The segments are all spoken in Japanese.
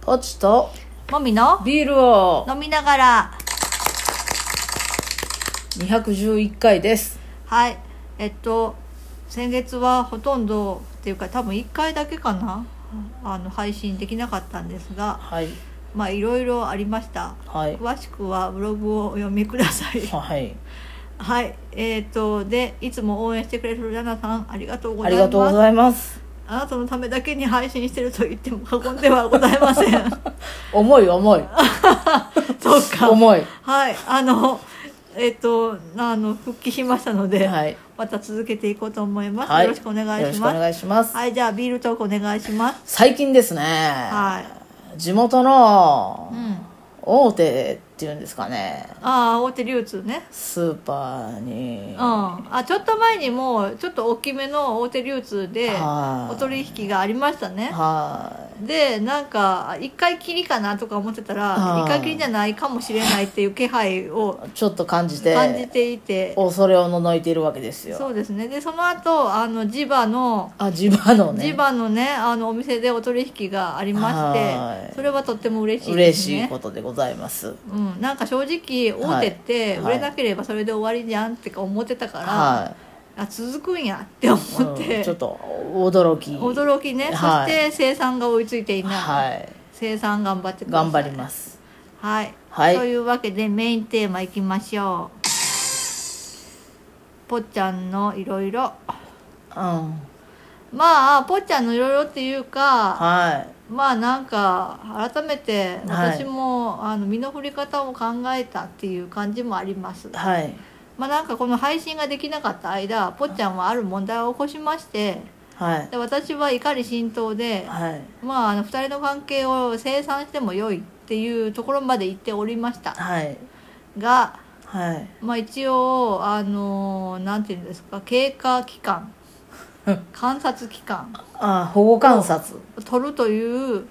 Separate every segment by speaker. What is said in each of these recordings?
Speaker 1: ポチと
Speaker 2: もみの
Speaker 1: ビールを
Speaker 2: 飲みながら
Speaker 1: 211回です
Speaker 2: はいえっと先月はほとんどっていうか多分1回だけかなあの配信できなかったんですが
Speaker 1: はい
Speaker 2: まあいろいろありました
Speaker 1: はい
Speaker 2: 詳しくはブログをお読みくださ い
Speaker 1: はい
Speaker 2: はいえっとでいつも応援してくれるラナさんありがとうござ
Speaker 1: あ
Speaker 2: い
Speaker 1: り
Speaker 2: ます
Speaker 1: がとうございます
Speaker 2: あなたのためだけに配信してると言っても過言ではございません
Speaker 1: 重い重い
Speaker 2: そうか
Speaker 1: 重い
Speaker 2: はいあのえっとあの復帰しましたので、
Speaker 1: はい
Speaker 2: また続けていこうと思います、
Speaker 1: はい
Speaker 2: よろしくお願
Speaker 1: よろ
Speaker 2: い
Speaker 1: し
Speaker 2: し
Speaker 1: くお
Speaker 2: ます
Speaker 1: 願いします
Speaker 2: はいじゃあビールトークお願いします
Speaker 1: 最近ですね
Speaker 2: は
Speaker 1: 地元
Speaker 2: い、う
Speaker 1: の
Speaker 2: ん、
Speaker 1: 大手っていうんですかね
Speaker 2: ああ大手流通ね
Speaker 1: スーパー
Speaker 2: う
Speaker 1: に
Speaker 2: ん、あちょっと前にもうちょっと大きめの大手流通で
Speaker 1: はい
Speaker 2: お取引がありましたね
Speaker 1: は
Speaker 2: でなんか一回きりかなとか思ってた
Speaker 1: は
Speaker 2: ら
Speaker 1: い
Speaker 2: 一回きりじゃないかもしれないっていう気配を
Speaker 1: いちょっと感じて
Speaker 2: 感じていて
Speaker 1: 恐れをののいているわけですよ
Speaker 2: そうですねでその後あのジバの
Speaker 1: あ地場のね
Speaker 2: ジバのねあのお店でお取引がありまし
Speaker 1: は
Speaker 2: て
Speaker 1: い
Speaker 2: それはとっても嬉しいで
Speaker 1: 嬉
Speaker 2: す
Speaker 1: しい
Speaker 2: ね
Speaker 1: ことでございます
Speaker 2: うん、なんか正直大手って
Speaker 1: はい
Speaker 2: 売れなければそれで終わりじゃんってか思ってたから、
Speaker 1: は
Speaker 2: あ続くんやって思
Speaker 1: い、
Speaker 2: っ
Speaker 1: うん
Speaker 2: て、
Speaker 1: ちょっと驚き
Speaker 2: 驚きね、
Speaker 1: はい
Speaker 2: そして生産が追いついていない、
Speaker 1: はい
Speaker 2: 生産頑張ってください
Speaker 1: 頑張ります
Speaker 2: はい、
Speaker 1: はい
Speaker 2: というわけでメインテーマいきましょうぽっちゃんのいろいろ
Speaker 1: うん
Speaker 2: まあぽっちゃんのいろいろっていうか、
Speaker 1: は
Speaker 2: まあなんか改めて
Speaker 1: はい
Speaker 2: 私も、あの身の振り方を考えたっていう感じもあります
Speaker 1: いはい
Speaker 2: まあなんかこの配信ができなかった間ぽっちゃんはある問題を起こしまして
Speaker 1: はい
Speaker 2: で私は怒り心頭で、
Speaker 1: はい
Speaker 2: まあ、あの2人の関係を清算しても良いっていうところまで行っておりました
Speaker 1: はい
Speaker 2: が、
Speaker 1: はい
Speaker 2: まあ、一応あのなんていうんですか経過期間観察期間
Speaker 1: あ保護観察
Speaker 2: 取るという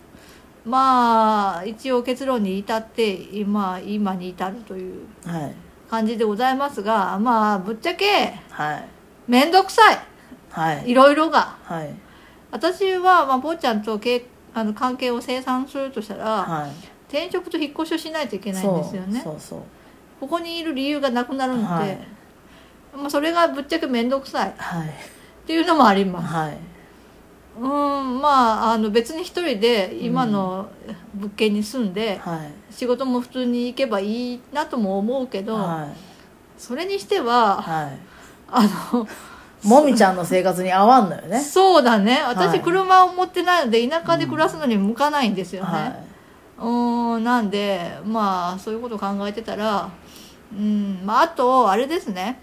Speaker 2: まあ一応結論に至って今今に至るという
Speaker 1: はい
Speaker 2: 感じでございますがまあぶっちゃけ
Speaker 1: はい
Speaker 2: 面倒くさい
Speaker 1: はい
Speaker 2: いろいろが
Speaker 1: はい
Speaker 2: 私は、まあ、坊ちゃんとけいあの関係を清算するとしたら、
Speaker 1: は
Speaker 2: 転職と引っ越しをしないといけ
Speaker 1: い
Speaker 2: ないんですよね
Speaker 1: そうそう
Speaker 2: ここにいる理由がなくなるので、
Speaker 1: はい
Speaker 2: まあ、それがぶっちゃけ面倒くさいっ
Speaker 1: はい
Speaker 2: ていうのもあります
Speaker 1: はい
Speaker 2: うんまああの別に一人で今の物件に住んで、
Speaker 1: はい
Speaker 2: 仕事も普通に行けばいいなとも思うけど、
Speaker 1: はい
Speaker 2: それにしては
Speaker 1: は
Speaker 2: あ
Speaker 1: い
Speaker 2: の
Speaker 1: もみちゃんの生活に合わんのよね
Speaker 2: そうだね
Speaker 1: は
Speaker 2: 私
Speaker 1: い
Speaker 2: 車を持ってないので田舎で暮らすのに向かないんですよね、
Speaker 1: は
Speaker 2: うーんなんでまあそういうことを考えてたらうんまああとあれですね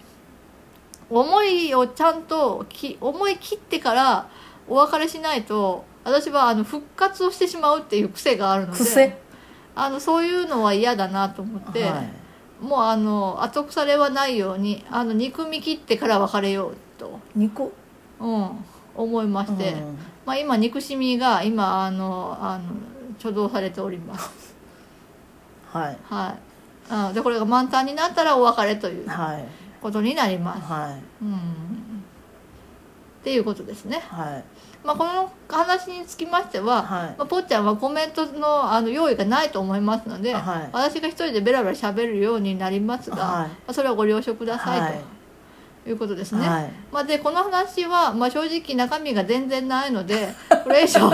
Speaker 2: 思いをちゃんとき思い切ってからお別れしないと私はあの復活をしてしまうっていう癖があるの
Speaker 1: い
Speaker 2: で
Speaker 1: 癖
Speaker 2: あのそういうのは嫌だなと思って、
Speaker 1: はい
Speaker 2: もうあの後腐れはないようにあの憎み切ってから別れようと、
Speaker 1: 肉
Speaker 2: うん、思いまして、
Speaker 1: うん
Speaker 2: まあ、今憎しみが今あのあの貯蔵されております
Speaker 1: はい
Speaker 2: はい、あでこれが満タンになったらお別れという
Speaker 1: はい
Speaker 2: ことになります、
Speaker 1: はい
Speaker 2: うん、っていうことですね、
Speaker 1: はい
Speaker 2: まあ、この話につきましては、
Speaker 1: はい
Speaker 2: まあ、ぽっちゃんはコメントのあの用意がないと思いますので、
Speaker 1: はい
Speaker 2: 私が一人でベラベラ喋るようになりますが、
Speaker 1: はい
Speaker 2: まあそれはご了承くださいと、、
Speaker 1: はい
Speaker 2: うことですね、
Speaker 1: はい
Speaker 2: まあ、でこの話は、まあ、正直中身が全然ないのでこれ以上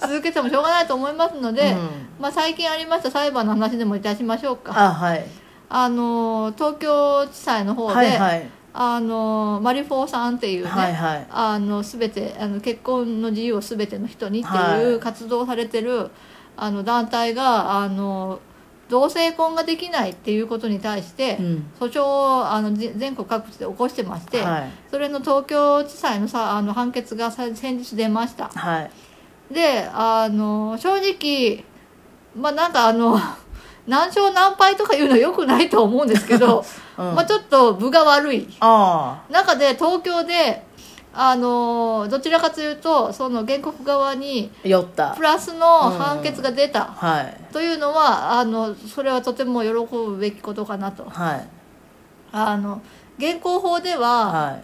Speaker 2: 続けてもしょうがないと思いますの
Speaker 1: う
Speaker 2: で、
Speaker 1: ん
Speaker 2: まあ、最近ありました裁判の話でもいたしましょうか
Speaker 1: あはい
Speaker 2: あの東京地裁の方で、
Speaker 1: はいはい
Speaker 2: あのマリフォーさんっていうね、
Speaker 1: はいはい
Speaker 2: あの全てあの結婚の自由を全ての人にって
Speaker 1: はいいう
Speaker 2: 活動をされてる、あの団体があの同性婚ができないっていうことに対して、
Speaker 1: うん
Speaker 2: 訴訟をあのぜ全国各地で起こしてまして、
Speaker 1: はい
Speaker 2: それの東京地裁のさあの判決がさ先日出ました。
Speaker 1: はい
Speaker 2: であの正直まあなんかあの 何勝何敗とかいうのはよくないと思うんですけど、
Speaker 1: うん
Speaker 2: まあちょっと分が悪い
Speaker 1: あ
Speaker 2: 中で東京であのどちらかというとその原告側に
Speaker 1: あ酔った
Speaker 2: プラスの判決が出た
Speaker 1: はい
Speaker 2: というのはあのそれはとても喜ぶべきことかなと。
Speaker 1: はい
Speaker 2: あの現行法では、
Speaker 1: はい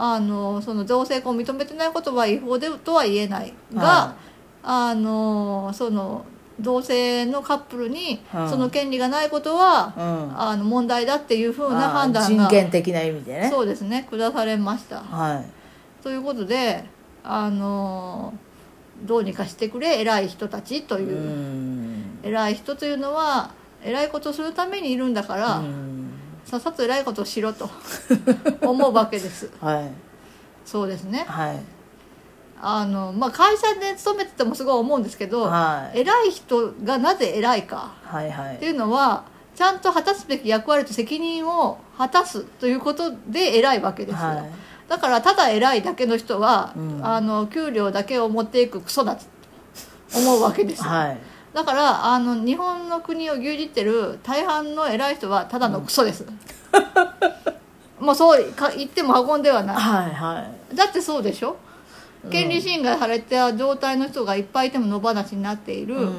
Speaker 2: あのその同性婚を認めてないことは違法でとは言えないが、
Speaker 1: は
Speaker 2: あのその同性のカップルに
Speaker 1: うん
Speaker 2: その権利がないことは、
Speaker 1: うん
Speaker 2: あの問題だっていうふう
Speaker 1: あ
Speaker 2: な判
Speaker 1: ー
Speaker 2: 断が
Speaker 1: 人権的な意味でね
Speaker 2: そうですね下されました。
Speaker 1: は
Speaker 2: ということであのどうにかしてくれ偉い人たちと
Speaker 1: い
Speaker 2: いうう、
Speaker 1: ん
Speaker 2: 偉い人というのは偉いことするためにいるんだから、
Speaker 1: うん
Speaker 2: さっさと偉いことをしろと思うわけ です
Speaker 1: はい
Speaker 2: そうですね
Speaker 1: はい
Speaker 2: あの、まあ、会社で勤めててもすごい思うんですけど、
Speaker 1: はい
Speaker 2: 偉い人がなぜ偉いか
Speaker 1: はいは
Speaker 2: って
Speaker 1: い
Speaker 2: いうのはちゃんと果たすべき役割と責任を果たすということで偉いわけですよ、
Speaker 1: はい
Speaker 2: だからただ偉いだけの人は、
Speaker 1: うん
Speaker 2: あの給料だけを持っていくクソだと思うわけですよ、
Speaker 1: はい
Speaker 2: だからあの日本の国を牛耳ってる大半の偉い人はただのクソです、 もうそうか言っても運んではな
Speaker 1: はいはい
Speaker 2: いだってそうでしょ権利侵害された状態の人がいっぱいいても野放しになっている、
Speaker 1: うん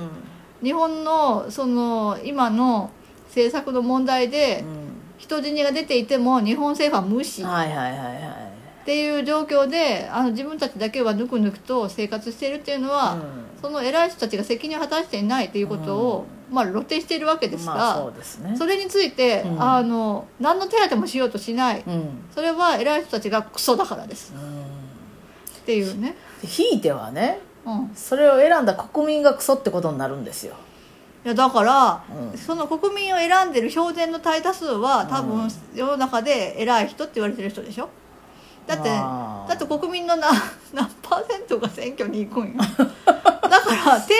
Speaker 2: 日本のその今の政策の問題で
Speaker 1: うん
Speaker 2: 人死にが出ていても日本政府は無視っ
Speaker 1: はいはいはいはい
Speaker 2: ていう状況であの自分たちだけはぬくぬくと生活しているっていうのは、
Speaker 1: うん
Speaker 2: その偉い人たちが責任を果たしていないということを、まあ、露呈しているわけですが、
Speaker 1: まあそうですね
Speaker 2: それについて、
Speaker 1: うん
Speaker 2: あの何の手当てもしようとしない、
Speaker 1: うん
Speaker 2: それは偉い人たちがクソだからですっていうね、
Speaker 1: ひいてはね
Speaker 2: うん、い
Speaker 1: それを選んだ国民がクソってことになるんですよ
Speaker 2: やだから、
Speaker 1: うん
Speaker 2: その国民を選んでる標準の大多数は多
Speaker 1: う
Speaker 2: 分
Speaker 1: ん
Speaker 2: 世の中で偉い人って言われてる人でしょだって
Speaker 1: あー
Speaker 2: だって国民のな 何パーセントが選挙に行くんよだから底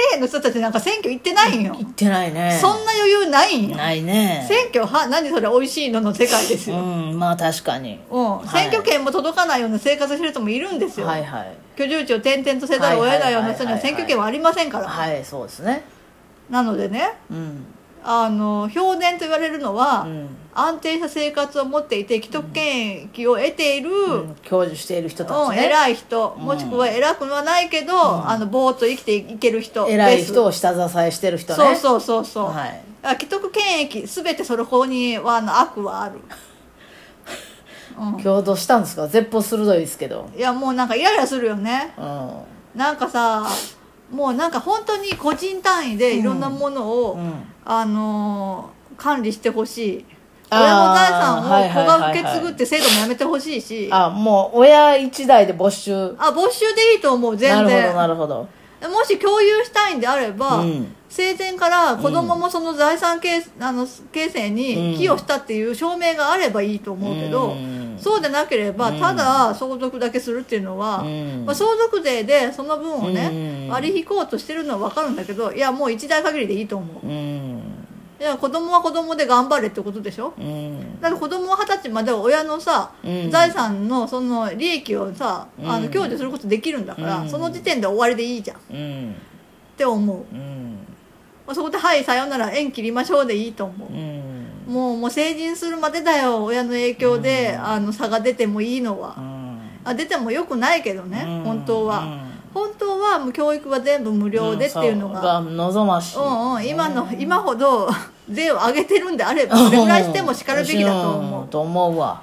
Speaker 2: 辺の人たちなんか選挙行ってないんよ
Speaker 1: 言ってないね
Speaker 2: そんな余裕ないんよ
Speaker 1: ないね
Speaker 2: 選挙は何それ美味しいのの世界ですよ、
Speaker 1: うんまあ確かに
Speaker 2: うん
Speaker 1: はい
Speaker 2: 選挙権も届かないような生活してる人もいるんですよ、
Speaker 1: はいはい
Speaker 2: 居住地を転々とせざるを得ないような人には選挙権はありませんから、
Speaker 1: はいそうですね
Speaker 2: なのでね
Speaker 1: うん
Speaker 2: あの票田と言われるのは、
Speaker 1: うん
Speaker 2: 安定した生活を持っていて既得権益を得ている、
Speaker 1: う
Speaker 2: うん
Speaker 1: ん享受している人たちね
Speaker 2: 偉い人、
Speaker 1: うん
Speaker 2: もしくは偉くはないけど、あのぼーっと生きていける人
Speaker 1: 偉い人
Speaker 2: を、
Speaker 1: を下支えしてる人ね
Speaker 2: そうそうそうそう、
Speaker 1: はい
Speaker 2: あ既得権益全てその方にはあの悪はある
Speaker 1: 共同したんですか絶望鋭いですけど
Speaker 2: いやもうなんかイライラするよね
Speaker 1: うん
Speaker 2: なんかさもうなんか本当に個人単位でいろんなものを、
Speaker 1: うん
Speaker 2: あのー管理してほしい親の財
Speaker 1: あー
Speaker 2: 産を子が
Speaker 1: はいはいはい
Speaker 2: 受け
Speaker 1: はい
Speaker 2: 継ぐって制度もやめてほしいしあ
Speaker 1: あもう親一代で没収
Speaker 2: 没収でいいと思う
Speaker 1: な
Speaker 2: 全
Speaker 1: るほど
Speaker 2: 然
Speaker 1: なるほど
Speaker 2: もし共有したいんであれば、
Speaker 1: うん
Speaker 2: 生前から子供もその財産形,、あの形成に寄与したっていう証明があればいいと思うけど、
Speaker 1: うん
Speaker 2: そうでなければ
Speaker 1: うん
Speaker 2: ただ相続だけするっていうのは、
Speaker 1: うん
Speaker 2: まあ、相続税でその分を
Speaker 1: う
Speaker 2: ね
Speaker 1: ん
Speaker 2: 割り引こうとしてるのは分かるんだけどいやもう一代限りでいいと思う
Speaker 1: うん
Speaker 2: いや子供は子供で頑張れってことでしょ
Speaker 1: うん
Speaker 2: だって子供は二十歳までは親のさ、
Speaker 1: うん
Speaker 2: 財産のその利益をさ、あの享受することできるんだから、
Speaker 1: うん
Speaker 2: その時点で終わりでいいじゃんっ
Speaker 1: うん
Speaker 2: て思う、
Speaker 1: うん
Speaker 2: まあ、そこで「はいさようなら縁切りましょう」でいいと思う、
Speaker 1: うん
Speaker 2: もうもう成人するまでだよ親の影響で、あの差が出てもいいのは、あ出てもよくないけどね、
Speaker 1: うん
Speaker 2: 本当は、
Speaker 1: うん
Speaker 2: 本当はもう教育は全部無料でっていうのが、
Speaker 1: んそう望ましい
Speaker 2: うんうん、今の今ほど 税を上げてるんであればそれぐらいしてもしかるべきだと思
Speaker 1: んと思うわ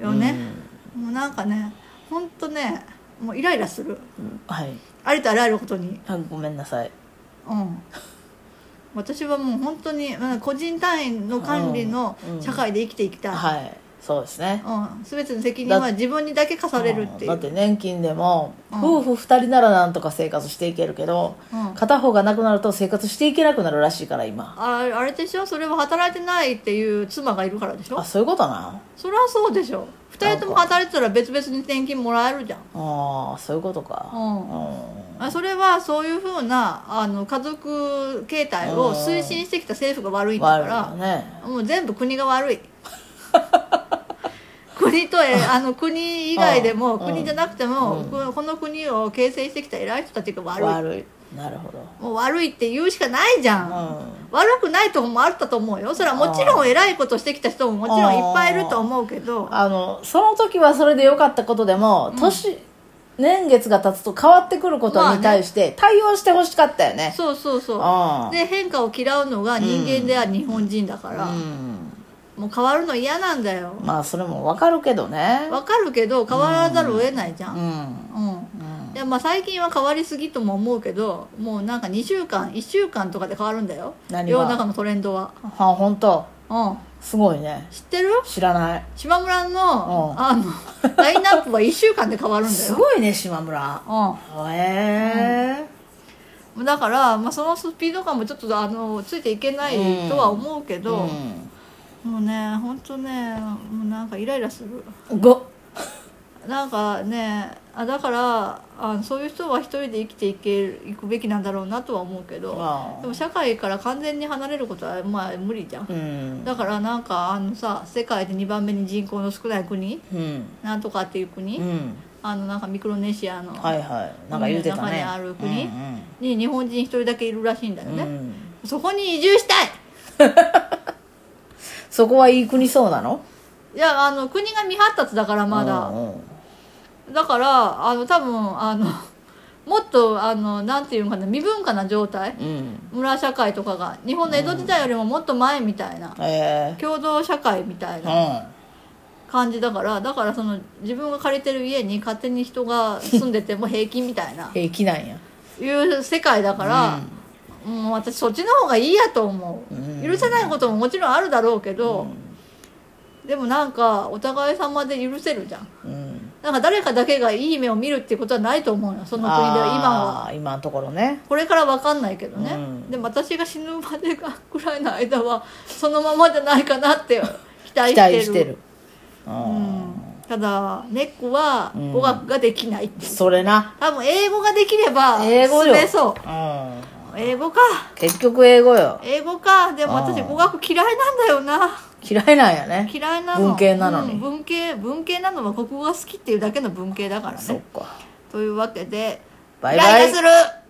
Speaker 2: うよね、もうなんかね本当ねもうイライラする
Speaker 1: はい
Speaker 2: ありとあらゆることに
Speaker 1: あごめんなさい
Speaker 2: うん 私はもう本当にうん個人単位の管理の
Speaker 1: うん
Speaker 2: 社会で生きていきたい、
Speaker 1: はいそうですね
Speaker 2: うん、全ての責任は自分にだけ課されるっていう
Speaker 1: だって年金でも
Speaker 2: うん
Speaker 1: 夫婦2人ならなんとか生活していけるけど
Speaker 2: うん
Speaker 1: 片方がなくなると生活していけなくなるらしいから今
Speaker 2: ああれでしょそれは働いてないっていう妻がいるからでしょ
Speaker 1: あそういうことな
Speaker 2: そりゃそうでしょ2人とも働いてたら別々に転勤もらえるじゃん
Speaker 1: ああそういうことか
Speaker 2: うんあそれはそういうふうなあの家族形態を推進してきた政府が悪いんだか
Speaker 1: 悪い
Speaker 2: ら、
Speaker 1: よね
Speaker 2: もう全部国が悪い 国とえあの国以外でも
Speaker 1: うん
Speaker 2: 国じゃなくても、このこの国を形成してきた偉い人たちが悪い
Speaker 1: 悪いなるほど
Speaker 2: もう悪いって言うしかないじゃん、
Speaker 1: うん
Speaker 2: 悪くないとこもあったと思うよそれはもちろん偉いことしてきた人ももちろんいっぱいいると思うけど
Speaker 1: あのその時はそれで良かったことでも年年月が経つと変わってくることに対して対応してほしかったよね
Speaker 2: そうそうそう
Speaker 1: あ
Speaker 2: で変化を嫌うのが人間では日本人だから、
Speaker 1: あうん
Speaker 2: もう変わるの嫌なんだよ
Speaker 1: まあそれもわかるけどね
Speaker 2: わかるけど変わらざるを得ないじゃん、
Speaker 1: うん
Speaker 2: うん
Speaker 1: うん
Speaker 2: でまあ、最近は変わりすぎとも思うけどもうなんか2週間1週間とかで変わるんだよ
Speaker 1: 何が
Speaker 2: 世の中のトレンドは、
Speaker 1: あ本当
Speaker 2: うん、
Speaker 1: すごいね
Speaker 2: 知ってる
Speaker 1: 知らない
Speaker 2: 島村の
Speaker 1: うん
Speaker 2: あ のラインナップは1週間で変わるんだ
Speaker 1: す
Speaker 2: よ、
Speaker 1: ごいね島村へえ
Speaker 2: うん、だから、まあ、そのスピード感もちょっとあのついていけないとは思うけ
Speaker 1: う
Speaker 2: ど、もうね本当ねもうなんかイライラする
Speaker 1: んご
Speaker 2: なんかねあだからあそういう人は一人で生きていけるいくべきなんだろうなとは思うけど
Speaker 1: ああ
Speaker 2: でも社会から完全に離れることはまあ無理じゃん、
Speaker 1: うん
Speaker 2: だからなんかあのさ世界で2番目に人口の少ない国
Speaker 1: うん
Speaker 2: なんとかっていう国、
Speaker 1: うん
Speaker 2: あのなんかミクロネシアの、
Speaker 1: はいはいなんか言うてたね
Speaker 2: 海の中にある国
Speaker 1: うん
Speaker 2: に日本人一人だけいるらしいんだよ
Speaker 1: うん
Speaker 2: ね、
Speaker 1: うん
Speaker 2: そこに移住したい
Speaker 1: そこはいい国そうなの
Speaker 2: いやあの国が未発達だからまだ、
Speaker 1: うんうん
Speaker 2: だからあの多分あの もっとあのなんていうのかな未文化な状態
Speaker 1: うん
Speaker 2: 村社会とかが日本の江戸時代よりももっと前みたいな、
Speaker 1: へえ
Speaker 2: 共同社会みたいな
Speaker 1: う
Speaker 2: 感じだからだからその自分が借りてる家に勝手に人が住んでても平気みたいなん
Speaker 1: 平気なんや
Speaker 2: いう世界だから、もう私そっちの方がいいやと思う、
Speaker 1: うん
Speaker 2: 許せないことももちろんあるだろうけど、でもなんかお互い様で許せるじゃん
Speaker 1: うん
Speaker 2: なんか誰かだけがいい目を見るっていうことはないと思うよその国では今は
Speaker 1: あー今のところね
Speaker 2: これから分かんないけどね、
Speaker 1: うん
Speaker 2: でも私が死ぬまでがくらいの間はそのままじゃないかなって 期
Speaker 1: 期
Speaker 2: 待して
Speaker 1: 待
Speaker 2: る
Speaker 1: してる
Speaker 2: う
Speaker 1: うん
Speaker 2: ん、ただネックは
Speaker 1: うん
Speaker 2: 語学ができないっていう、
Speaker 1: それな
Speaker 2: 多分英語ができれば
Speaker 1: 英語
Speaker 2: 進
Speaker 1: よ
Speaker 2: めそ
Speaker 1: う
Speaker 2: う
Speaker 1: ん
Speaker 2: 英語か
Speaker 1: 結局英語よ
Speaker 2: 英語かでも私
Speaker 1: うん
Speaker 2: 語学嫌いなんだよな
Speaker 1: 嫌いなんやね
Speaker 2: 嫌いなの
Speaker 1: 文系なのに
Speaker 2: うん文系文系なのは国語が好きっていうだけの文系だから
Speaker 1: そっ
Speaker 2: ね
Speaker 1: か
Speaker 2: というわけで
Speaker 1: バイバイ
Speaker 2: イライラする